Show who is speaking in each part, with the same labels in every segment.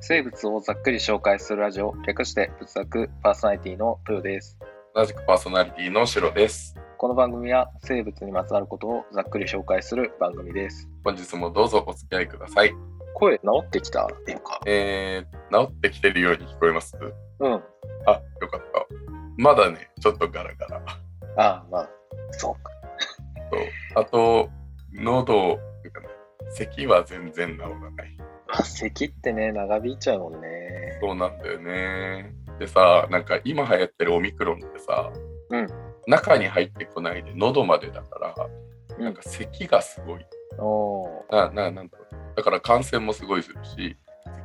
Speaker 1: 生物をざっくり紹介するラジオ、略して仏作パーソナリティの豊です。
Speaker 2: 同じくパーソナリティのシロです。
Speaker 1: この番組は生物にまつわることをざっくり紹介する番組です。
Speaker 2: 本日もどうぞお付き合いください。
Speaker 1: 声治ってきたっていうか。
Speaker 2: えー、治ってきてるように聞こえます
Speaker 1: うん。
Speaker 2: あ、よかった。まだね、ちょっとガラガラ。
Speaker 1: ああ、まあ、そうか。
Speaker 2: そうあと、喉、なんかね咳は全然治らない。
Speaker 1: まあ、 咳ってね、長引いちゃうもんね。
Speaker 2: そうなんだよね。でさ、なんか今流行ってるオミクロンってさ、
Speaker 1: うん
Speaker 2: 中に入ってこないで喉までだから、
Speaker 1: うん
Speaker 2: なんか咳がすごい。
Speaker 1: おー
Speaker 2: なななんだろうだから感染もすごいするし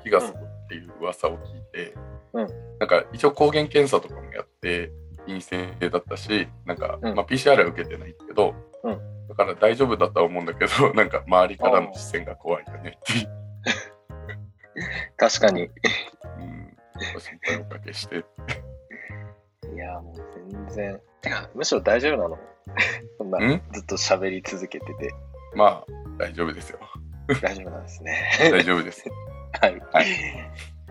Speaker 2: 咳がすごいっていう噂を聞いて、
Speaker 1: うん
Speaker 2: なんか一応抗原検査とかもやって陰性だったしなんか、
Speaker 1: うん
Speaker 2: まあ、PCR は受けてないけど、
Speaker 1: うん
Speaker 2: だから大丈夫だとは思うんだけど なんか周りからの視線が怖いよねっていう、
Speaker 1: 確かに。
Speaker 2: うん、ご心配おかけして
Speaker 1: いや、もう全然。てか、むしろ大丈夫なの そんな、
Speaker 2: ん
Speaker 1: ずっと喋り続けて て、
Speaker 2: まあ大丈夫ですよ
Speaker 1: 大丈夫なんですね。
Speaker 2: 大丈夫です
Speaker 1: はい。
Speaker 2: はい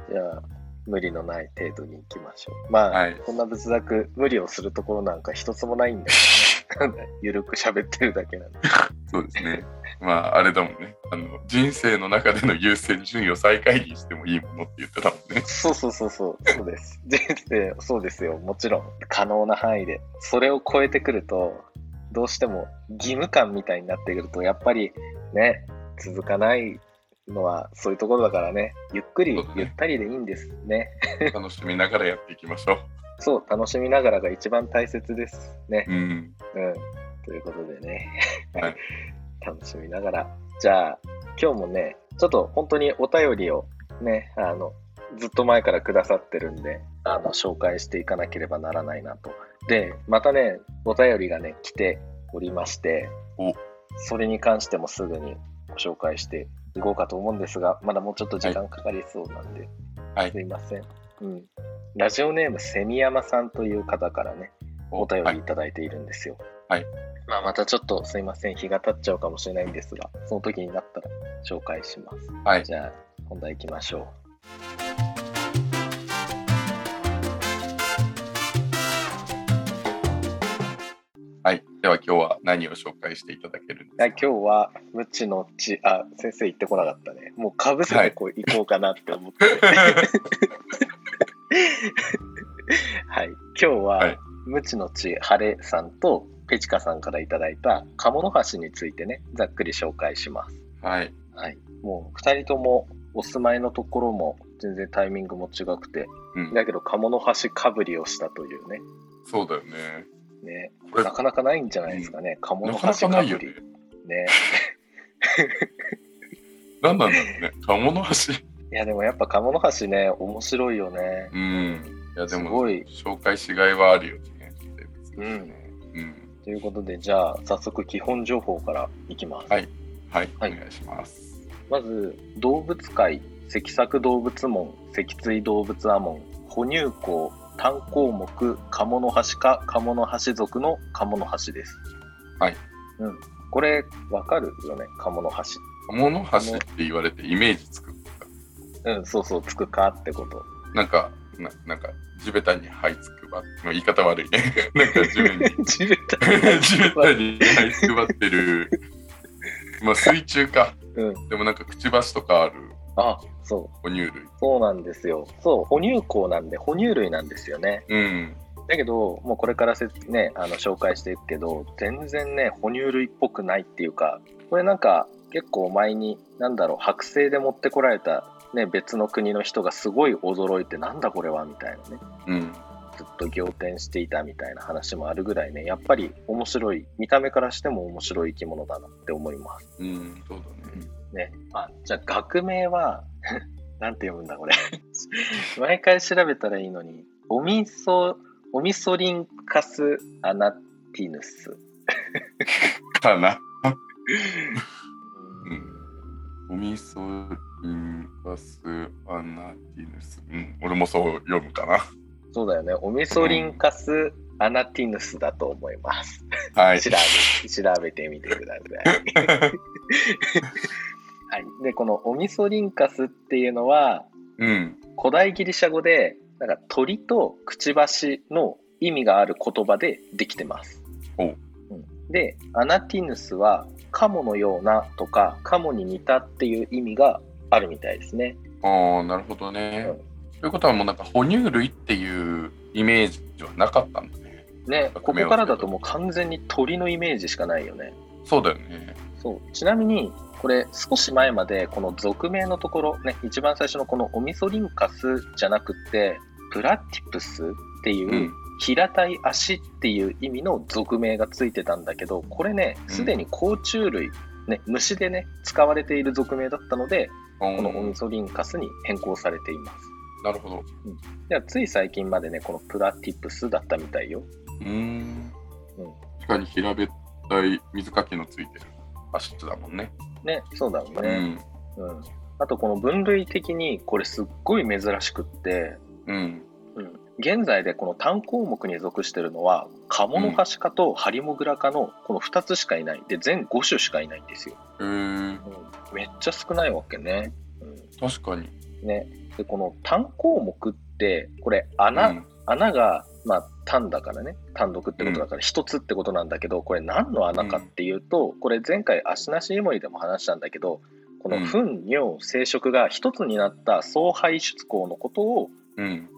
Speaker 1: じゃあ、無理のない程度に行きましょう。まあ、
Speaker 2: はい
Speaker 1: こんな仏作、無理をするところなんか一つもないんだけど、ね、ゆるく喋ってるだけなんで。
Speaker 2: そうですねまああれだもんねあの人生の中での優先順位を最下位にしてもいいものって言ってたもんね
Speaker 1: そうそうそうそう、そうです。 人生、そうですよ。もちろん、可能な範囲で。それを超えてくると、どうしても義務感みたいになってくると、やっぱりね、続かないのはそういうところだからね、ゆっくり
Speaker 2: そうだ、ね
Speaker 1: ゆったりでいいんですね。
Speaker 2: 楽しみながらやっていきましょ
Speaker 1: そう、楽しみながらが一番大切ですね
Speaker 2: う。。うん。
Speaker 1: うん。ということでね、
Speaker 2: はい
Speaker 1: 楽しみながら。じゃあ、今日もね、ちょっと本当にお便りをね、あの、ずっと前からくださってるんで、あの、紹介していかなければならないなと。で、またね、お便りがね、来ておりまして
Speaker 2: お、
Speaker 1: それに関してもすぐにご紹介していこうかと思うんですが、まだもうちょっと時間かかりそうなんで、
Speaker 2: はい
Speaker 1: すいません。うん。ラジオネーム、セミヤマさんという方からね、お便
Speaker 2: は
Speaker 1: りい
Speaker 2: い。
Speaker 1: ただいているんですよ。
Speaker 2: はい。
Speaker 1: まあ、またちょっとすいません、日が経っちゃうかもしれないんですが、その時になったら紹介します。
Speaker 2: はい
Speaker 1: じゃあ、本題行きましょ
Speaker 2: はいでは今日は何を紹介していただけるんです
Speaker 1: う。は
Speaker 2: か
Speaker 1: い、今日は、無知の知、あ、先生言ってこなかったね。もうかぶせてこう、行こうかなって思 って。はい。今日
Speaker 2: は、
Speaker 1: はい無知の知、晴れさんと、ペチカさんからいただいた、鴨の橋についてね、ざっくり紹介します。
Speaker 2: はい。
Speaker 1: はい、もう2人ともお住まいのところも全然タイミングも違くて
Speaker 2: うん。
Speaker 1: だけど鴨の橋かぶりをしたというね
Speaker 2: そうだよね。
Speaker 1: ね
Speaker 2: これ
Speaker 1: な
Speaker 2: な
Speaker 1: かなかないんじゃないですかね、鴨の
Speaker 2: かな
Speaker 1: 橋
Speaker 2: か
Speaker 1: か
Speaker 2: ない
Speaker 1: ぶ
Speaker 2: よ
Speaker 1: り
Speaker 2: ね。
Speaker 1: ね
Speaker 2: 何なんだろうね。鴨の橋。
Speaker 1: いやでもやっぱ鴨の橋ね面白いよね
Speaker 2: うん。いやですも
Speaker 1: ごい
Speaker 2: 紹介しがいはあるよね。
Speaker 1: うん
Speaker 2: うん。
Speaker 1: ということでじゃあ早速基本情報からいきます、
Speaker 2: はいはい。お
Speaker 1: はい
Speaker 2: 願いします。
Speaker 1: まず動物界脊索動物門脊椎動物亜門哺乳綱単項目鴨の橋か鴨の橋属の鴨の橋です
Speaker 2: はい、
Speaker 1: うん、これわかるよね鴨の橋
Speaker 2: 鴨の橋って言われてイメージつく。
Speaker 1: うんそうそうつくかって こと
Speaker 2: なんか、ななんか、地べたに這いつくば。もう言い方悪いね。 なんか地面に
Speaker 1: 地べ た
Speaker 2: 地べたに這いつくばってる。まあ水中か。
Speaker 1: うん
Speaker 2: でもなんかくちばしとかある
Speaker 1: あそう
Speaker 2: 哺乳類。
Speaker 1: そうなんですよそう哺乳綱なんで哺乳類なんですよね
Speaker 2: うん。
Speaker 1: だけどもうこれからせねあの紹介していくけど全然ね哺乳類っぽくないっていうかこれなんか結構前になんだろう剥製で持ってこられた、ね、別の国の人がすごい驚いてなんだこれはみたいなね
Speaker 2: うん。
Speaker 1: ずっと仰天していたみたいな話もあるぐらいねやっぱり面白い見た目からしても面白い生き物だなって思います
Speaker 2: うん。そうだね。
Speaker 1: ねあじゃあ学名は なんて読むんだこれ 毎回調べたらいいのにオミソオミソリンカスアナティヌス、
Speaker 2: かな。
Speaker 1: う
Speaker 2: うんん。おみそインカスアナティヌス。うん。俺もそう読むかな。
Speaker 1: そうだよねオミソリンカスアナティヌスだと思います、
Speaker 2: はい。
Speaker 1: 調べ調べてみてください
Speaker 2: うん
Speaker 1: はい、でこのオミソリンカスっていうのは、
Speaker 2: うん。
Speaker 1: 古代ギリシャ語でなんか鳥とくちばしの意味がある言葉でできてます。
Speaker 2: ほう
Speaker 1: うんでアナティヌスはカモのようなとかカモに似たっていう意味があるみたいですね。
Speaker 2: ああ、なるほどね
Speaker 1: うん。
Speaker 2: ということはもうなんか哺乳類っていうイメージはなかったんだね。
Speaker 1: ね
Speaker 2: なんか
Speaker 1: ここ
Speaker 2: 目をつけた
Speaker 1: からだともう完全に鳥のイメージしかないよね。
Speaker 2: そうだよね。
Speaker 1: そうちなみにこれ少し前までこの俗名のところね一番最初のこのオミソリンカスじゃなくってプラティプスっていう、
Speaker 2: うん。
Speaker 1: 平たい足っていう意味の俗名がついてたんだけどこれね
Speaker 2: うん
Speaker 1: すでに甲虫類、ね、虫でね使われている俗名だったのでこのオミ
Speaker 2: お
Speaker 1: ソリンカスに変更されています
Speaker 2: なるほど。
Speaker 1: ではつい最近までねこのプラティプスだったみたいよ
Speaker 2: うーん
Speaker 1: うん。
Speaker 2: 確かに平べったい水かきのついてる足だもんね。
Speaker 1: ねそうだろう
Speaker 2: う
Speaker 1: ね、
Speaker 2: ん。
Speaker 1: うんあとこの分類的にこれすっごい珍しくって、
Speaker 2: うん。
Speaker 1: うん、現在でこの単項目に属してるのはカモノハシカとハリモグラ科のこの2つしかいないで全5種しかいないんですよ、
Speaker 2: えー、
Speaker 1: うん、めっちゃ少ないわけね、うん、
Speaker 2: 確かに。
Speaker 1: ね、でこの単項目ってこれ穴,、
Speaker 2: うん
Speaker 1: 穴が、まあ、単だからね単独ってことだから一つってことなんだけど、これ何の穴かっていうと、これ前回足なしイモリでも話したんだけどこ
Speaker 2: う
Speaker 1: の
Speaker 2: ん
Speaker 1: 糞尿生殖が一つになった総排出口のことを、
Speaker 2: うん。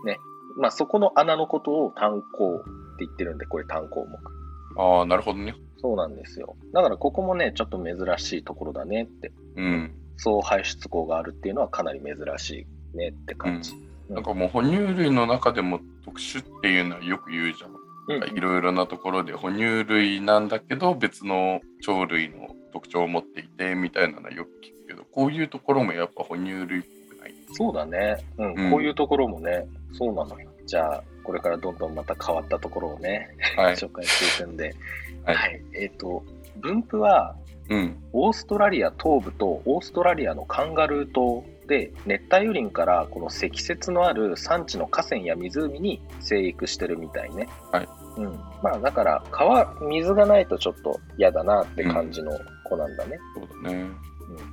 Speaker 1: まあ、そこの穴のことを単項って言ってるんでこれ単項目
Speaker 2: ああ、なるほどね。
Speaker 1: そうなんですよだからここもねちょっと珍しいところだねって
Speaker 2: うん。
Speaker 1: 総排出口があるっていうのはかなり珍しいねって感じ、
Speaker 2: なんかもう哺乳類の中でも特殊っていうのはよく言うじゃん。
Speaker 1: うん
Speaker 2: いろいろなところで哺乳類なんだけど別の鳥類の特徴を持っていてみたいなのはよく聞くけどこういうところもやっぱ哺乳類っぽくない
Speaker 1: そうだね、うん、
Speaker 2: うん
Speaker 1: こういうところもね、そうなのよ。じゃあ、これからどんどんまた変わったところをね、
Speaker 2: はい、
Speaker 1: 紹介していくんで、は、
Speaker 2: はいい
Speaker 1: えっ、と、分布は、
Speaker 2: うん、
Speaker 1: オーストラリア東部とオーストラリアのカンガルー島で、熱帯雨林からこの積雪のある山地の河川や湖に生育してるみたいね。
Speaker 2: はい
Speaker 1: うん、まあ、だから、川、水がないとちょっと嫌だなって感じの子なんだね。
Speaker 2: そうだね、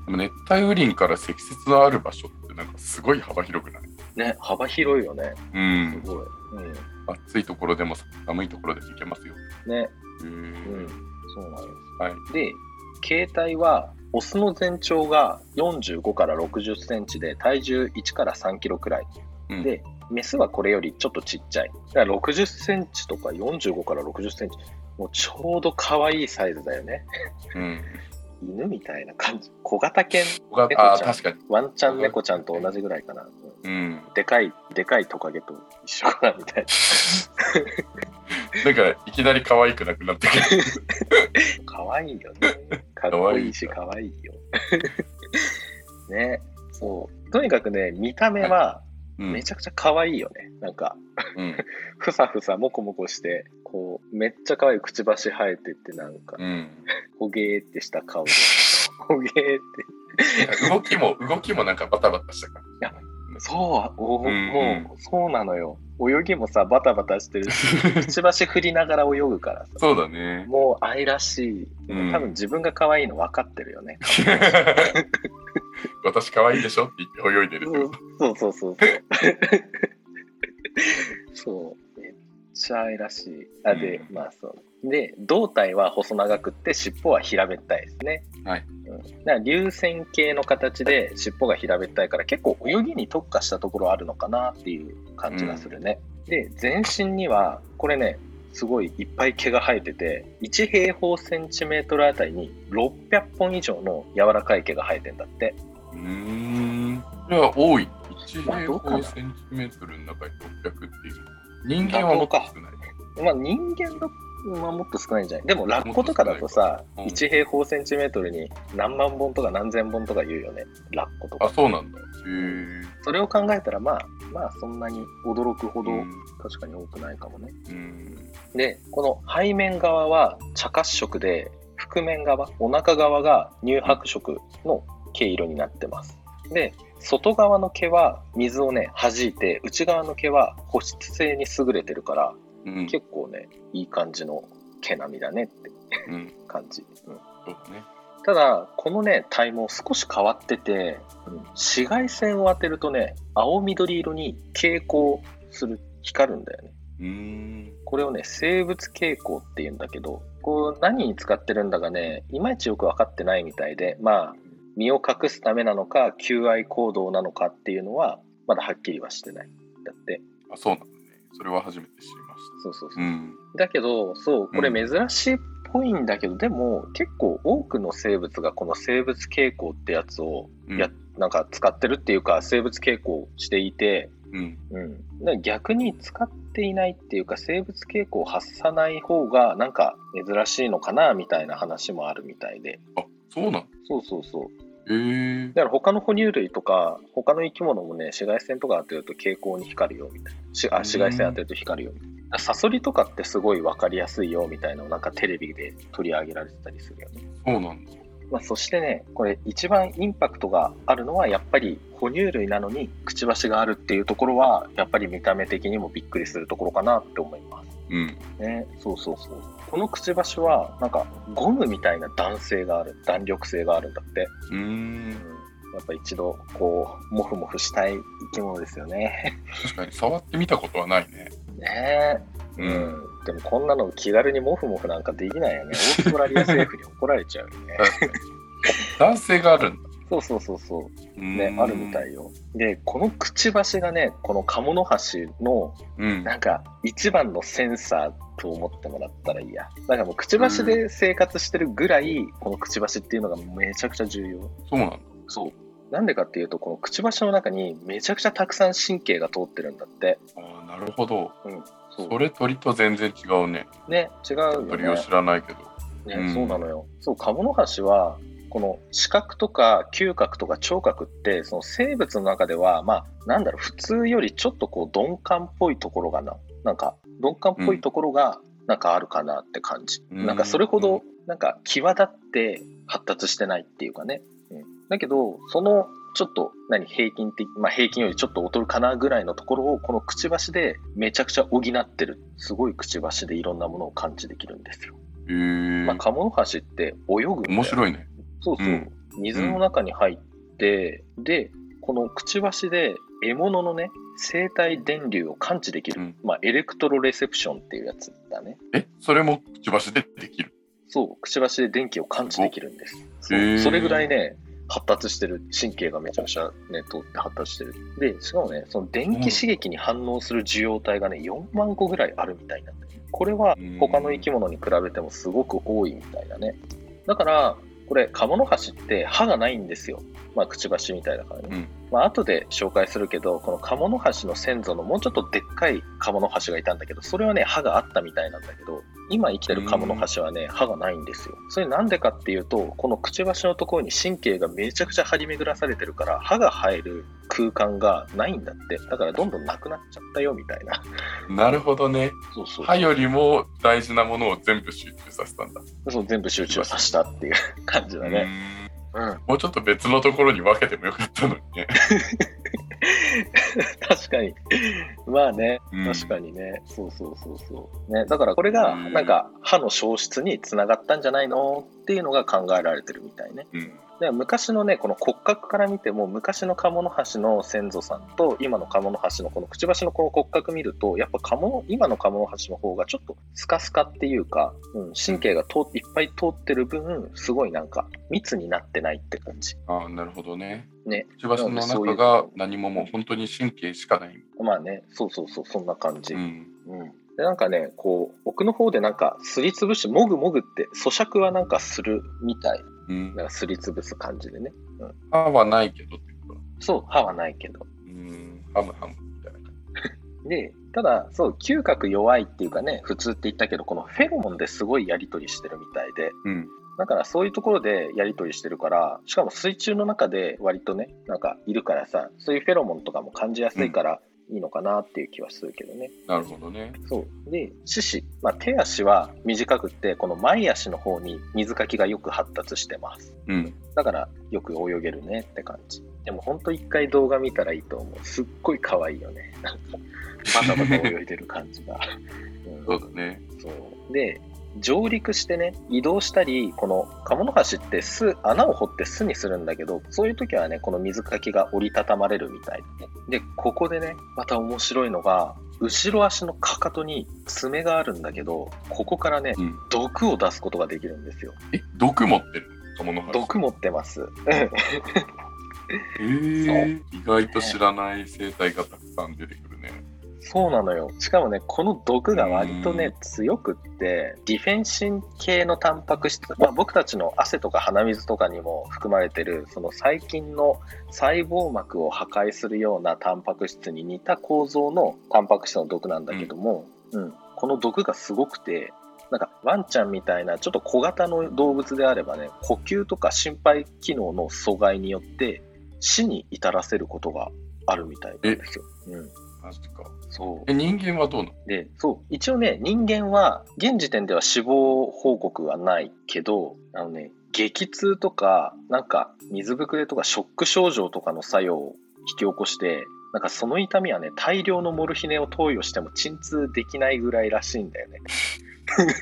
Speaker 2: でも熱帯雨林から積雪のある場所ってなんかすごい幅広くない
Speaker 1: ね、幅広いよね。
Speaker 2: う
Speaker 1: す
Speaker 2: ん
Speaker 1: ごい。うん。
Speaker 2: 暑いところでも寒いところでも行けますよ
Speaker 1: ね、
Speaker 2: う
Speaker 1: うん
Speaker 2: ん。
Speaker 1: そうなんです。
Speaker 2: はい
Speaker 1: で携帯はオスの全長が45から60センチで体重1から3キロくらい、
Speaker 2: うん
Speaker 1: でメスはこれよりちょっとちっちゃいだから60センチとか45から60センチもうちょうど可愛いサイズだよね
Speaker 2: うん
Speaker 1: 犬みたいな感じ小型犬
Speaker 2: 小型あー確かに
Speaker 1: ワンちゃん猫ちゃんと同じぐらいかな
Speaker 2: うん
Speaker 1: でかいでかいトカゲと一緒かなみたい
Speaker 2: だからいきなり可愛くなくなってく る
Speaker 1: な可愛いよねかっこいいし可愛いよ ねそうとにかくね見た目は、
Speaker 2: うん
Speaker 1: めちゃくちゃ可愛いよね。なんか、
Speaker 2: うん
Speaker 1: ふさふさもこもこして、こう、めっちゃ可愛いくちばし生えてて、なんか、
Speaker 2: うん
Speaker 1: ほげーってした顔で、ほげーって。
Speaker 2: 動きも動きもなんかバタバタした感じ。
Speaker 1: いやそう、お
Speaker 2: うん
Speaker 1: もう、そうなのよ。泳ぎもさ、バタバタしてるし、くちばし振りながら泳ぐからさ、
Speaker 2: そうだね。
Speaker 1: もう愛らしい。
Speaker 2: うん
Speaker 1: 多分自分が可愛いの分かってるよね。
Speaker 2: 私可愛いでしょって言って泳いでる。
Speaker 1: そうそうそうそう。 そう。めっちゃ愛らしい。あで、
Speaker 2: うん
Speaker 1: まあそう。で、胴体は細長くって、尻尾は平べったいですね。
Speaker 2: はい
Speaker 1: うん。だから流線形の形で尻尾が平べったいから、結構泳ぎに特化したところあるのかなっていう感じがするね。で、全身には、これね、すごいいっぱい毛が生えてて、1平方センチメートルあたりに600本以上の柔らかい毛が生えてんだって。
Speaker 2: うーん。これは多い。1
Speaker 1: まあど
Speaker 2: 平
Speaker 1: うかな
Speaker 2: 方センチメートルの中に600っていう。人間はもっと少ない。
Speaker 1: まあ人間だまあ、もっと少ないんじゃないでもラッコとかだとさ、
Speaker 2: もっと少
Speaker 1: 1平方センチメートルに何万本とか何千本とか言うよねラッコと
Speaker 2: あ、
Speaker 1: か
Speaker 2: そうなんだ。へえ。
Speaker 1: それを考えたらまあまあそんなに驚くほど
Speaker 2: うん
Speaker 1: 確かに多くないかもね、
Speaker 2: うん。
Speaker 1: でこの背面側は茶褐色で腹面側お腹側が乳白色の毛色になってますで外側の毛は水をね弾いて内側の毛は保湿性に優れてるから
Speaker 2: うん。
Speaker 1: 結構ねいい感じの毛並みだねって
Speaker 2: うん
Speaker 1: 感じ、うん
Speaker 2: そうだね。
Speaker 1: たただ、このね、体毛少し変わってて、うん紫外線を当てるとね、青緑色に蛍光する、光るんだよね。
Speaker 2: うーん。
Speaker 1: これをね、生物蛍光って言うんだけど、こう何に使ってるんだかね、いまいちよく分かってないみたいで、まあ、身を隠すためなのか、求愛行動なのかっていうのは、まだはっきりはしてない。だって、
Speaker 2: あ、そうなんだね。それは初めて知りまし
Speaker 1: そうそうそ
Speaker 2: た。
Speaker 1: う。
Speaker 2: うん。
Speaker 1: だけど、そう、これ
Speaker 2: う
Speaker 1: 珍しいっぽいんだけど、でも結構多くの生物がこの生物傾向ってやつを、
Speaker 2: うん
Speaker 1: やなんか使ってるっていうか、生物傾向をしていて、
Speaker 2: うん。
Speaker 1: うん、だから逆に使っていないっていうか、生物傾向を発さない方が、なんか珍しいのかなみたいな話もあるみたいで。
Speaker 2: あ、そうなんだ。
Speaker 1: そうそうそう。
Speaker 2: へえー。
Speaker 1: だから他の哺乳類とか、他の生き物もね、紫外線とか当てると蛍光に光るよみたいな。しあ
Speaker 2: うん
Speaker 1: 紫外線当てると光るよみたいな。サソリとかってすごい分かりやすいよみたいなのをなんかテレビで取り上げられてたりするよね。
Speaker 2: そうなんだ。
Speaker 1: まあ、そしてね、これ一番インパクトがあるのはやっぱり哺乳類なのにくちばしがあるっていうところは、やっぱり見た目的にもびっくりするところかなって思います。
Speaker 2: うん。
Speaker 1: ね、そうそうそう。このくちばしはなんかゴムみたいな弾性がある、弾力性があるんだって。
Speaker 2: うーん。
Speaker 1: やっぱ一度こうモフモフしたい生き物ですよね。
Speaker 2: 確かに触ってみたことはないね。
Speaker 1: ねえ、
Speaker 2: うん。
Speaker 1: でもこんなの気軽にモフモフなんかできない よね。オーストラリア政府に怒られちゃうよね。
Speaker 2: 確かに。男性があるんだ。
Speaker 1: そうそうそうそう。
Speaker 2: うーん
Speaker 1: ね、あるみた。いよ。で、このくちばしがね、このカモノハシの
Speaker 2: うん。
Speaker 1: なんか一番のセンサーと思ってもらったらいいや。だからもうくちばしで生活してるぐらい、このくちばしっていうのがめちゃくちゃ重要。
Speaker 2: そうなんだ。
Speaker 1: そう。なんでかっていうと、このくちばしの中にめちゃくちゃたくさん神経が通ってるんだって。
Speaker 2: ああ、なるほど。
Speaker 1: そう
Speaker 2: それ鳥と全然違うね。
Speaker 1: ね、違うよね。
Speaker 2: 鳥を知らないけど。
Speaker 1: ね
Speaker 2: うん
Speaker 1: そうなのよ。そう、カモノハシは、この視覚とか嗅覚とか聴覚って、その生物の中では、まあ、なんだろう、普通よりちょっとこう鈍感っぽいところがな、なんか、鈍感っぽいところが、なんかあるかなって感じ。
Speaker 2: うん
Speaker 1: なんか、それほ
Speaker 2: うん
Speaker 1: ど、なんか、際立って発達してないっていうかね。うん、だけど、その、ちょっと、何、平均的、まあ、平均よりちょっと劣るかなぐらいのところを、このくちばしでめちゃくちゃ補ってる。すごいくちばしでいろんなものを感知できるんですよ。
Speaker 2: へえー。
Speaker 1: まあ、カモノハシって泳ぐんだよ
Speaker 2: 面白いね。
Speaker 1: そうそう、
Speaker 2: うん
Speaker 1: 水の中に入って、でこのくちばしで獲物のね生体電流を感知できる、
Speaker 2: うん
Speaker 1: まあ、エレクトロレセプションっていうやつだね
Speaker 2: え、それもくちばしでできる。
Speaker 1: そうくちばしで電気を感知できるんです
Speaker 2: す
Speaker 1: そ
Speaker 2: ごっへー
Speaker 1: うそれぐらいね発達してる神経がめちゃくちゃ、ね、通って発達してるでしかもねその電気刺激に反応する受容体がね4万個ぐらいあるみたいなんだよねこれは他の生き物に比べてもすごく多いみたいだねだからこれカモノハシって歯がないんですよまあくちばしみたいだからね、
Speaker 2: うん
Speaker 1: まあ後で紹介するけどこのカモノハシの先祖のもうちょっとでっかいカモノハシがいたんだけどそれはね歯があったみたいなんだけど今生きてるカモノハシはね歯がないんですよそれなんでかっていうとこのくちばしのところに神経がめちゃくちゃ張り巡らされてるから歯が入る空間がないんだってだからどんどんなくなっちゃったよみたいな
Speaker 2: なるほどね。
Speaker 1: そうそう
Speaker 2: 歯よりも大事なものを全部集中させたんだ。
Speaker 1: そう全部集中させたっていう 感じだね。うん、
Speaker 2: もうちょっと別のところに分けてもよかったのにね。
Speaker 1: 確かに。まあね、
Speaker 2: うん
Speaker 1: 確かにね。そうそうそうそう。ね、だからこれが、
Speaker 2: うん
Speaker 1: なんか、歯の消失につながったんじゃないのっていうのが考えられてるみたいね。
Speaker 2: うん。
Speaker 1: で昔のね、この骨格から見ても、昔のカモノハシの先祖さんと、今のカモノハシのこのくちばしのこの骨格見ると、やっぱカモ、今のカモノハシの方がちょっとスカスカっていうか、うん、神経が通っいっぱい通ってる分、すごいなんか、密になってないって感じ。
Speaker 2: ああ、なるほどね。
Speaker 1: ね
Speaker 2: くちばしの
Speaker 1: そうい
Speaker 2: 中
Speaker 1: う
Speaker 2: が何ももう本当に神経しかない。
Speaker 1: まあね、そうそうそう、そんな感じ。
Speaker 2: うん。
Speaker 1: うんでなんかね、こう、奥の方でなんか、すりつぶし、もぐもぐって、咀嚼はなんかするみたい。
Speaker 2: うん
Speaker 1: なんか、すりつぶす感じでね。
Speaker 2: 歯はないけどってことだ
Speaker 1: そう、歯はないけど。
Speaker 2: うん。ハムハムみたいな感
Speaker 1: で、ただ、そう、嗅覚弱いっていうかね、普通って言ったけど、このフェロモンですごいやりとりしてるみたいで、
Speaker 2: じ。うん。
Speaker 1: だからそういうところでやりとりしてるから、しかも水中の中で割とね、なんかいるからさ、そういうフェロモンとかも感じやすいから、いいのかなっていう気はするけどね。
Speaker 2: なるほどね。
Speaker 1: そう。で、四肢、まあ、手足は短くって、この前足の方に水かきがよく発達してます。
Speaker 2: うん。
Speaker 1: だから、よく泳げるねって感じ。でも、ほんと一回動画見たらいいと思う。すっごい可愛いよね。なんか、バタバタ泳いでる感じが。うん
Speaker 2: そうだね。
Speaker 1: そう。で、上陸してね、移動したり、このカモノハシって巣、穴を掘って巣にするんだけど、そういう時はね、この水かきが折りたたまれるみたいで、ね、で、ここでね、また面白いのが、後ろ足のかかとに爪があるんだけど、ここからね、
Speaker 2: うん
Speaker 1: 毒を出すことができるんですよ。
Speaker 2: え、毒持ってるカモノハシ。
Speaker 1: 毒持ってます。
Speaker 2: えー、意外と知らない生態がたくさん出てくるね。
Speaker 1: そうなのよ。しかもね、この毒が割と
Speaker 2: うん
Speaker 1: ね、強くって、ディフェンシン系のタンパク質、まあ、僕たちの汗とか鼻水とかにも含まれてる、その細菌の細胞膜を破壊するようなタンパク質に似た構造のタンパク質の毒なんだけども、うん、この毒がすごくて、なんかワンちゃんみたいなちょっと小型の動物であればね、呼吸とか心肺機能の阻害によって死に至らせることがあるみたいなんですよ。うん、
Speaker 2: マジか。
Speaker 1: そう
Speaker 2: え、人間はどうなの
Speaker 1: でそう一応ね人間は現時点では死亡報告はないけどあのね激痛とかなんか水ぶくれとかショック症状とかの作用を引き起こしてなんかその痛みはね大量のモルヒネを投与しても鎮痛できないぐらいらしいんだよね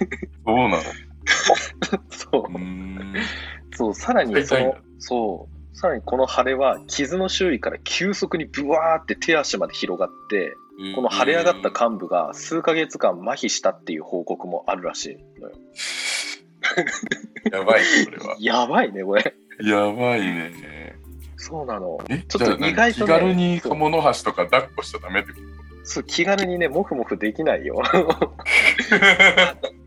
Speaker 2: どうなの
Speaker 1: そう
Speaker 2: うーん。
Speaker 1: そうさらにそ
Speaker 2: 痛いん
Speaker 1: の
Speaker 2: だ
Speaker 1: そうさらにこの腫れは傷の周囲から急速にブワーって手足まで広がってこの腫れ上がった幹部が数ヶ月間麻痺したっていう報告もあるらしいのよ
Speaker 2: えーやばい、それは。
Speaker 1: やばいね、これ。
Speaker 2: やばいね。
Speaker 1: そうなの。
Speaker 2: え、
Speaker 1: ちょっと
Speaker 2: じゃあ
Speaker 1: 意外とね
Speaker 2: 気軽にカモノハシとか抱っこしちゃダメってこと
Speaker 1: そう気軽にね、もふもふできないよ。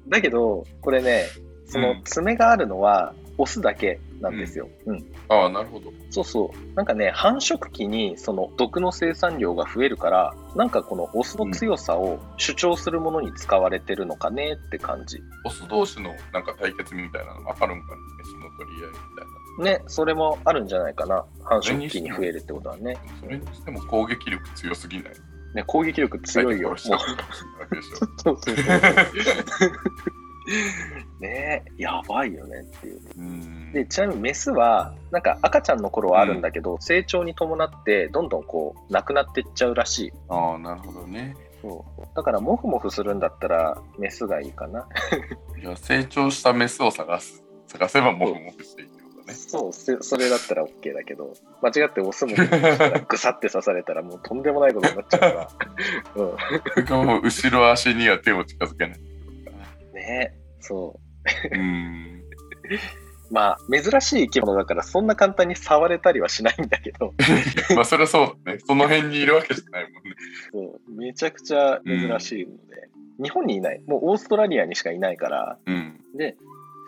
Speaker 1: だけど、これね、そうの
Speaker 2: ん
Speaker 1: 爪があるのは、オスだけなんですよ。うん。
Speaker 2: ああ、なるほど。
Speaker 1: そうそう。なんかね、繁殖期にその毒の生産量が増えるから、なんかこのオスの強さを主張するものに使われてるのかねって感じ。
Speaker 2: オス同士のなんか対決みたいなの分かるんかね、飯の取り合いみたいな。
Speaker 1: ね、それもあるんじゃないかな。繁殖期に増えるってことはね。
Speaker 2: それにしても攻撃力強すぎない。
Speaker 1: ね、攻撃力強いよ。もう
Speaker 2: 相手殺したわけでしょ
Speaker 1: そうそうそう。ねやばいよねっていう。
Speaker 2: うーん
Speaker 1: でちなみにメスはなんか赤ちゃんの頃はあるんだけど、成長に伴ってどんどんこうなくなっていっちゃうらしい
Speaker 2: ああ、なるほどね。
Speaker 1: だからモフモフするんだったらメスがいいかな、
Speaker 2: いや、成長したメスを探す。探せばモフモフしていいってことね。
Speaker 1: そうせそれだったら OK だけど間違ってオスも グサって刺されたらもうとんでもないことになっちゃう からう
Speaker 2: それかもう後ろ足には手を近づけない。
Speaker 1: んねそう
Speaker 2: うーん。
Speaker 1: まあ珍しい生き物だからそんな簡単に触れたりはしないんだけど
Speaker 2: まあ、それはそうだね。その辺にいるわけじゃないもんね。
Speaker 1: そうめちゃくちゃ珍しいので、日本にいないもうオーストラリアにしかいないから
Speaker 2: うん。
Speaker 1: で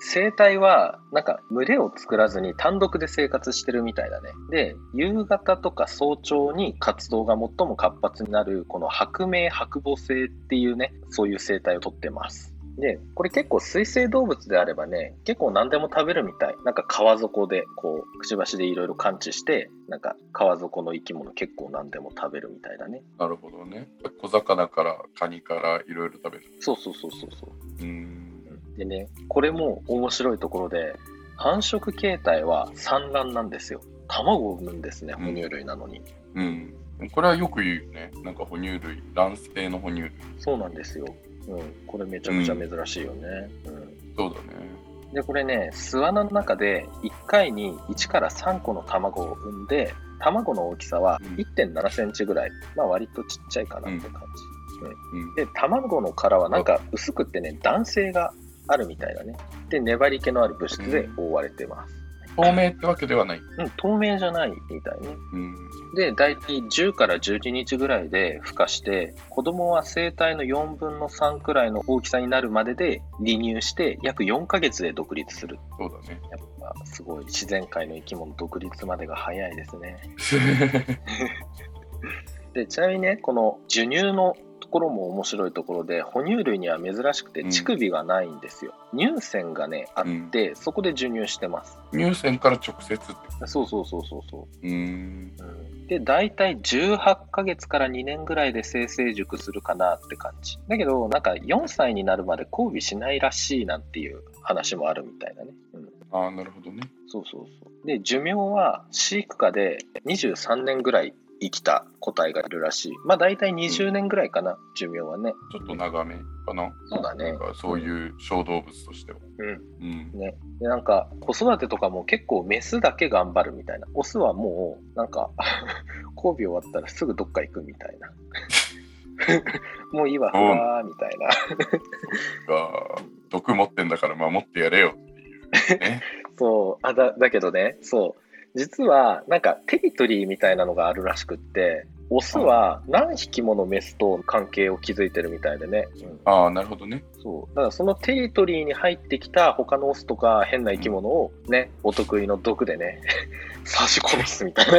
Speaker 1: 生態はなんか群れを作らずに単独で生活してるみたいだねで夕方とか早朝に活動が最も活発になるこの白明白母性っていうねそういう生態をとってますでこれ結構水生動物であればね結構何でも食べるみたいなんか川底でこうくちばしでいろいろ感知してなんか川底の生き物結構何でも食べるみたいだね
Speaker 2: なるほどね。小魚からカニからいろいろ食べる。
Speaker 1: そうそうそうそうそう
Speaker 2: うーん。
Speaker 1: でね、これも面白いところで、繁殖形態は産卵なんですよ。卵を産むんですね、
Speaker 2: うん
Speaker 1: 哺乳類なのに。
Speaker 2: うん。これはよく言うよね。なんか哺乳類、卵性の哺乳類。
Speaker 1: そうなんですよ。うん、これめちゃくちゃ珍しいよね。うん
Speaker 2: そうだね。
Speaker 1: で、これね、巣穴の中で1回に1から3個の卵を産んで、卵の大きさは
Speaker 2: うん
Speaker 1: 1.7センチぐらい。まあ割とちっちゃいかなって感
Speaker 2: うん。
Speaker 1: じ。で、卵の殻はなんか薄くってね、弾性があるみたいだね。で、粘り気のある物質で覆われてます。
Speaker 2: 透明ってわけではない。
Speaker 1: うん、透明じゃないみたいね。
Speaker 2: うん。
Speaker 1: で、大体10から12日ぐらいで孵化して、子供は生体の4分の3くらいの大きさになるまでで離乳して、約4ヶ月で独立する。
Speaker 2: そう だね。
Speaker 1: やっぱすごい自然界の生き物独立までが早いですね。で、ちなみにね、この授乳のところも面白いところで、哺乳類には珍しくて
Speaker 2: うん
Speaker 1: 乳首がないんですよ。乳腺がね、あって、そこで授乳してます。
Speaker 2: 乳腺から直接って。
Speaker 1: そうそうそうそうそう。
Speaker 2: うーん。
Speaker 1: で大体18ヶ月から2年ぐらいで性成熟するかなって感じだけどなんか4歳になるまで交尾しないらしいなんていう話もあるみたいだね、うん、
Speaker 2: ああ、なるほどね。
Speaker 1: そうそうそうで寿命は飼育下で23年ぐらい生きた個体がいるらしい。まあ大体20年ぐらいかな、寿命はね。
Speaker 2: ちょっと長めかな。
Speaker 1: そうだね
Speaker 2: なん。かそういう小動物としては。
Speaker 1: うん。
Speaker 2: うん。
Speaker 1: ね、でなんか子育てとかも結構メスだけ頑張るみたいなオスはもうなんか 交尾終わったらすぐどっか行くみたいな もういいわふわーみたいな
Speaker 2: が、毒持ってんだから守ってやれよっていう、 ね。
Speaker 1: そうあだだけどねそう実はなんかテリトリーみたいなのがあるらしくってオスは何匹ものメスと関係を築いてるみたいでね、
Speaker 2: ああ、なるほどね。
Speaker 1: そうだからそのテリトリーに入ってきた他のオスとか変な生き物をね、お得意の毒でね 刺し殺すみたいな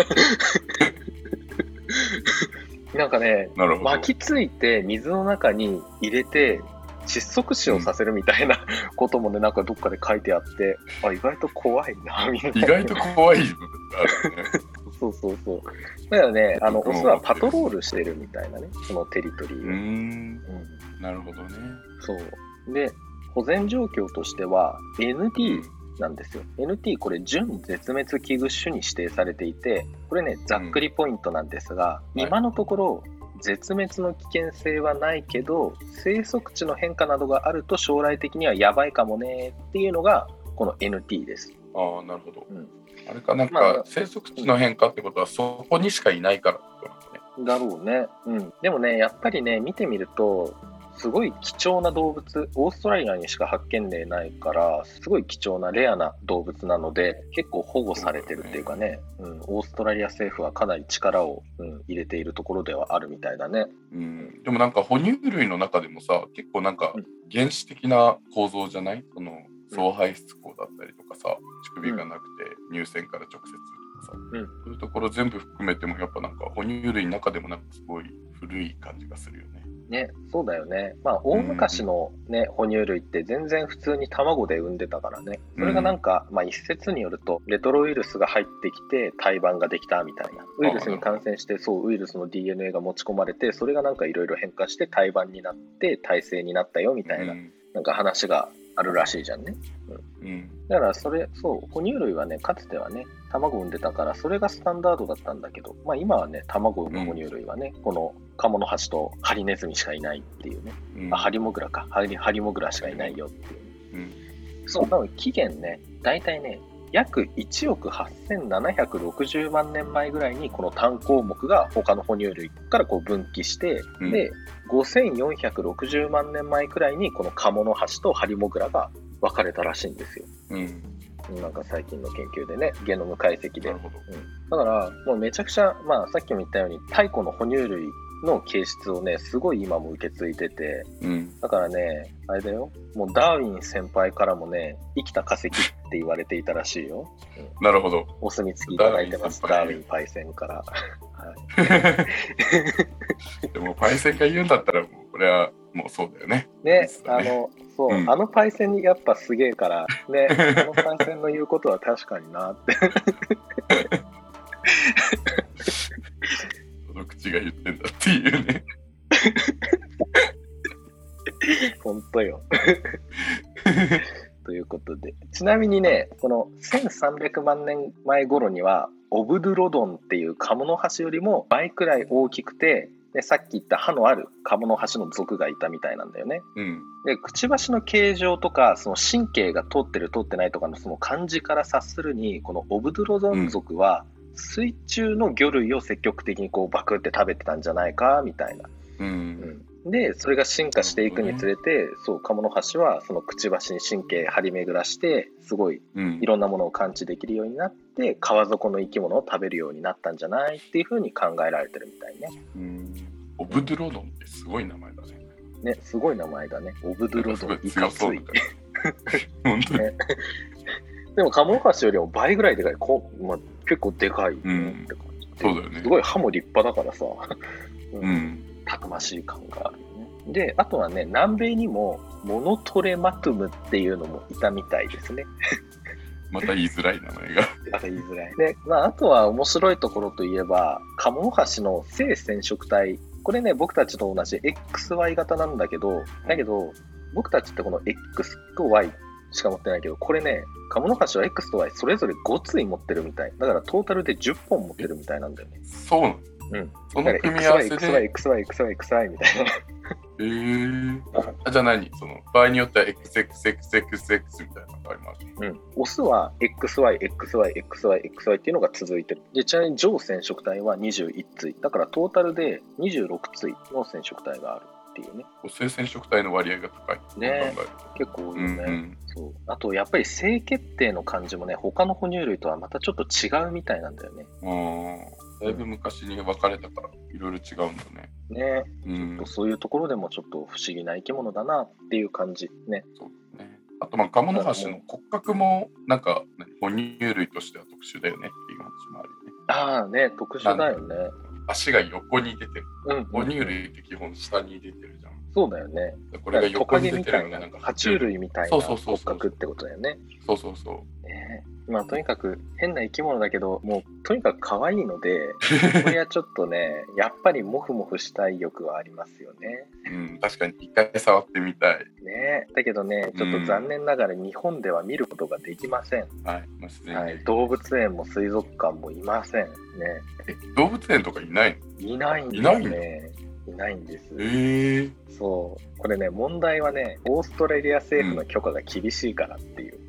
Speaker 1: なん かね
Speaker 2: なるほど。
Speaker 1: 巻きついて水の中に入れて窒息死をさせるみたいなこともねなんかどっかで書いてあってあ意外と怖いなみたい
Speaker 2: 意
Speaker 1: な
Speaker 2: 外と怖い部分があるね。
Speaker 1: そうそうそうだからねあの
Speaker 2: 僕
Speaker 1: オ
Speaker 2: も
Speaker 1: スはパトロールしてるみたいなねそのテリトリ
Speaker 2: う
Speaker 1: ー
Speaker 2: ー
Speaker 1: を、う
Speaker 2: ん。
Speaker 1: ん
Speaker 2: なるほどね。
Speaker 1: そうで保全状況としては NT なんですよ。NT これ準絶滅危惧種に指定されていてこれねざっくりポイントなんですが、
Speaker 2: うん
Speaker 1: 今のところ絶滅の危険性はないけど生息地の変化などがあると将来的にはやばいかもねっていうのがこの NT です。
Speaker 2: ああ、なるほど。
Speaker 1: うん
Speaker 2: あれかなんか、
Speaker 1: まあ
Speaker 2: 生息地の変化ってことはそこにしかいないからってことなんです
Speaker 1: だ
Speaker 2: ね。
Speaker 1: ろうね。うん、でもねやっぱりね見てみるとすごい貴重な動物オーストラリアにしか発見例ないからすごい貴重なレアな動物なので結構保護されてるっていうかねうん、オーストラリア政府はかなり力を、うん、入れているところではあるみたいだね。
Speaker 2: うん、でもなんか哺乳類の中でもさ結構なんか
Speaker 1: うん
Speaker 2: 原始的な構造じゃないその総排出口だったりとかさ乳首がなくて乳腺から直接とかさ、
Speaker 1: うん
Speaker 2: そういうところ全部含めてもやっぱなんか哺乳類の中でもなんかすごい古い感じがするよね。
Speaker 1: ね、そうだよね。まあ、大昔のね、哺乳類って全然普通に卵で産んでたからね。それがなんか、まあ一説によると、レトロウイルスが入ってきて胎盤ができたみたいな。ウイルスに感染して、そう、ウイルスの DNA が持ち込まれて、それがなんかいろいろ変化して胎盤になって、胎生になったよみたいな、
Speaker 2: うん
Speaker 1: なんか話があるらしいじゃんね。
Speaker 2: うん
Speaker 1: だからそれ、そう、哺乳類はね、かつてはね、卵を産んでたから、それがスタンダードだったんだけど、まあ今はね、卵を産む哺乳類はね、このカモノハシとハリネズミしかいないっていうね。
Speaker 2: うん
Speaker 1: あハリモグラかハリハリモグラしかいないよっていう、
Speaker 2: うん
Speaker 1: そうなので期限ね大体ね約1億8760万年前ぐらいにこの単項目が他の哺乳類からこう分岐して、
Speaker 2: うん
Speaker 1: で5460万年前くらいにこのカモノハシとハリモグラが分かれたらしいんですよ
Speaker 2: うん
Speaker 1: なんか最近の研究でねゲノム解析
Speaker 2: な
Speaker 1: で
Speaker 2: るほ
Speaker 1: だ
Speaker 2: ど。
Speaker 1: から、もうめちゃくちゃ、まあ、さっきも言ったように、太古の哺乳類の形質をね、すごい今も受け継いでて、
Speaker 2: うん
Speaker 1: だからね、あれだよ、もうダーウィン先輩からもね、生きた化石って言われていたらしいよ。
Speaker 2: なるほど。
Speaker 1: お墨付きいただいてます、ダ
Speaker 2: ダ
Speaker 1: ーウ
Speaker 2: ーウ
Speaker 1: ィ
Speaker 2: ィ
Speaker 1: ンパイセン から。
Speaker 2: でもパイセンが言うんだったらもうこれはもうそうだよね。
Speaker 1: ね
Speaker 2: そう、
Speaker 1: あ
Speaker 2: ですね
Speaker 1: の、そう、
Speaker 2: うん
Speaker 1: あのパイセンにやっぱすげえから、 ね、あのパイセンの言うことは確かになって。
Speaker 2: その口が言ってんだっていうね。
Speaker 1: 本当よ。 ということで、ちなみにね、この1300万年前頃には、オブドゥロドンっていうカモノハシよりも倍くらい大きくて、でさっき言った歯のあるカモノハシの属がいたみたいなんだよね。
Speaker 2: うん
Speaker 1: で、くちばしの形状とか、その神経が通ってる通ってないとかのその感じから察するに、このオブドゥロドン属は、水中の魚類を積極的にこうバクって食べてたんじゃないかみたいな
Speaker 2: うん
Speaker 1: でそれが進化していくにつれて、そうカモノハシはそのくちばしに神経張り巡らしてすごい
Speaker 2: うん
Speaker 1: いろんなものを感知できるようになって川底の生き物を食べるようになったんじゃないっていうふうに考えられてるみたいね。
Speaker 2: うんオブドゥロドンってすごい名前だね。
Speaker 1: ねすごい名前だねオブドゥロドンイ
Speaker 2: すご
Speaker 1: カ
Speaker 2: い強そ
Speaker 1: ツ
Speaker 2: う
Speaker 1: イ
Speaker 2: だから。 本当に。
Speaker 1: でもカモノハシよりも倍ぐらいでかいこ、まあ、結構でかいよねって感じ、
Speaker 2: そうだよね
Speaker 1: すごい歯も立派だからさ、う
Speaker 2: うん。
Speaker 1: たくましい感があるよねであとはね南米にもモノトレマトゥムっていうのもいたみたいですね
Speaker 2: また言いづらい名前が。
Speaker 1: また言いづらい。で、まあ、あとは面白いところといえば、カモノハシの性染色体。これね、僕たちと同じ XY 型なんだけど、だけど、僕たちってこの X と Y しか持ってないけど、これね、カモノハシは X と Y それぞれ5対持ってるみたい。だからトータルで10本持ってるみたいなんだよね。
Speaker 2: そうなの。
Speaker 1: うん
Speaker 2: そ
Speaker 1: だ
Speaker 2: の
Speaker 1: か
Speaker 2: 組
Speaker 1: ら
Speaker 2: み合わせ
Speaker 1: XY、
Speaker 2: で、
Speaker 1: XY、XY、XY みたいな。
Speaker 2: えー、あじゃあ何その場合によっては XXXXX みたいなのがあります。
Speaker 1: うん、オスは XY、XY、XY、XY っていうのが続いてる。で、ちなみに上染色体は21対。だからトータルで26対の染色体があるっていうね。
Speaker 2: こう性染色体の割合が高い。
Speaker 1: ね
Speaker 2: 考える
Speaker 1: 結構多
Speaker 2: と
Speaker 1: い
Speaker 2: うん
Speaker 1: よ
Speaker 2: う
Speaker 1: ね。
Speaker 2: ん。
Speaker 1: そうあと、やっぱり性決定の感じもね、他の哺乳類とはまたちょっと違うみたいなんだよね。
Speaker 2: あーだいぶ昔に分かれたからいろいろ違うんだね。
Speaker 1: ね、
Speaker 2: うん、
Speaker 1: そういうところでもちょっと不思議な生き物だなっていう感じ。ね。
Speaker 2: そうだね。あとまあガモノハシの骨格もなんかね哺乳類としては特殊だよねっていう話もあるよね。
Speaker 1: ああね、特殊だよね。
Speaker 2: 足が横に出てる。
Speaker 1: うん、
Speaker 2: 哺乳類って基本下に出てるじゃん。
Speaker 1: そうだよね。
Speaker 2: でこれが
Speaker 1: ト
Speaker 2: 横
Speaker 1: カ
Speaker 2: に
Speaker 1: ゲ
Speaker 2: 出
Speaker 1: み
Speaker 2: て
Speaker 1: た
Speaker 2: るの
Speaker 1: い
Speaker 2: が
Speaker 1: な
Speaker 2: なんか
Speaker 1: 爬虫。類みたいな
Speaker 2: そうそうそうそう
Speaker 1: 骨格ってことだよね。
Speaker 2: そうそうそ
Speaker 1: ねえまあとにかく変な生き物だけどもうとにかく可愛いの でこれはちょっとねやっぱりモフモフしたい欲はありますよね。
Speaker 2: う。うん、確かに一回触ってみたい。
Speaker 1: ねえだけどねちょっと残念ながら日本では見ることができません、
Speaker 2: はい。まあ、自然に、
Speaker 1: はい、動物園も水族館もいませんね
Speaker 2: え動物園とかいないの
Speaker 1: いないんです
Speaker 2: いない
Speaker 1: ねいないんです
Speaker 2: ええ
Speaker 1: そうこれね問題はねオーストラリア政府の許可が厳しいからっていう、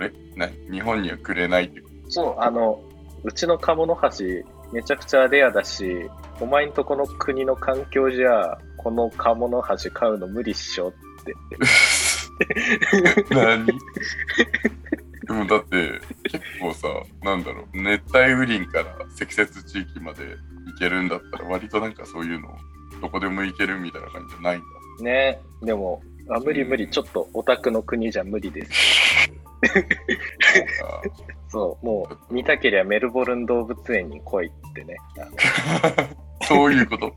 Speaker 2: えな日本にはくれないってこと
Speaker 1: そう、あの、うちのカモノハシ、めちゃくちゃレアだし、お前んとこの国の環境じゃ、このカモノハシ飼うの無理っしょって。
Speaker 2: 何でもだって結構さなんだろう熱帯雨林から積雪地域まで行けるんだったら割となんかそういうのどこでも行けるみたいな感じじゃないんだ
Speaker 1: ねでも、あ無理無理、
Speaker 2: うん
Speaker 1: ちょっとオタクの国じゃ無理です。
Speaker 2: あ
Speaker 1: そう、もう見たけりゃメルボルン動物園に来いってね。
Speaker 2: ー そういうこと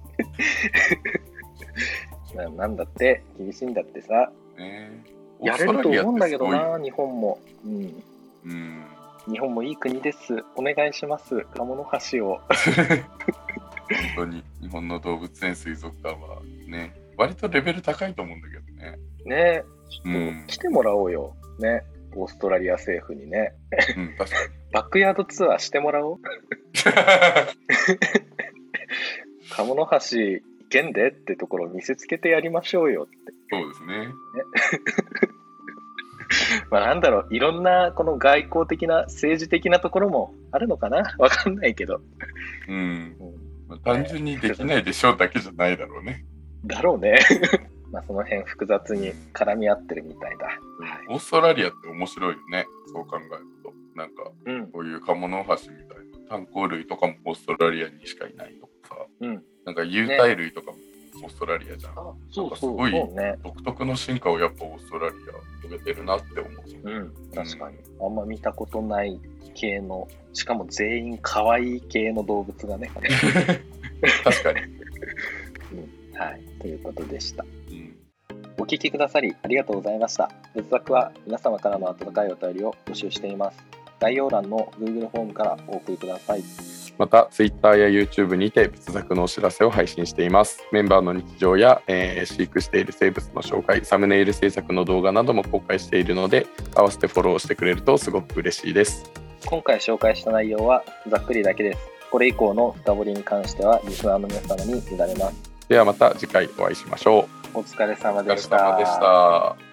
Speaker 1: あのななんだって、厳しいんだってさ、
Speaker 2: ね
Speaker 1: やれると思うんだけど
Speaker 2: オーストラリアって
Speaker 1: な、日本も。うん。
Speaker 2: すごいうん
Speaker 1: 日本もいい国です。お願いします。カモノハシを。
Speaker 2: 本当に日本の動物園水族館はね割とレベル高いと思うんだけどね
Speaker 1: ねちょっと
Speaker 2: うん
Speaker 1: 来てもらおうよ。ね。オーストラリア政府にね。
Speaker 2: うん確かに
Speaker 1: バックヤードツアーしてもらお う。鴨の橋行けんでってところを見せつけてやりましょうよ。
Speaker 2: そうですね
Speaker 1: まあなんだろう、いろんなこの外交的な政治的なところもあるのかなわかんないけど。
Speaker 2: うん
Speaker 1: うん
Speaker 2: まあ単純にできないでしょうだけじゃないだろうね。
Speaker 1: だろうね。 まあその辺複雑に絡み合ってるみたいだ。はい。
Speaker 2: オーストラリアって面白いよね。そう考えると。なんか、
Speaker 1: うん、
Speaker 2: こういうカモノハシみたいな炭鉱類とかもオーストラリアにしかいないとかさ、
Speaker 1: うん。
Speaker 2: なんか有袋類とかもオーストラリアじゃん。
Speaker 1: あ、そうそう、
Speaker 2: す
Speaker 1: そう
Speaker 2: ごい
Speaker 1: ね。
Speaker 2: 独特の進化をやっぱオーストラリア遂げてるなって思う。
Speaker 1: うん、確かに。あんま見たことない系の、しかも全員可愛い系の動物 がね。
Speaker 2: 確かに。
Speaker 1: はい。ということでした。
Speaker 2: うん
Speaker 1: お聞きくださりありがとうございました。仏作は皆様からの温かいお便りを募集しています。概要欄の Google フォームからお送りください。
Speaker 2: また Twitter や YouTube にて仏作のお知らせを配信していますメンバーの日常や、えー飼育している生物の紹介サムネイル制作の動画なども公開しているので合わせてフォローしてくれるとすごく嬉しいです
Speaker 1: 今回紹介した内容はざっくりだけです。これ以降の深掘りに関してはリスナーの皆様に委ねます。
Speaker 2: ではまた次回お会いしましょう
Speaker 1: お疲れ様
Speaker 2: お疲
Speaker 1: で
Speaker 2: れ
Speaker 1: し
Speaker 2: 様でした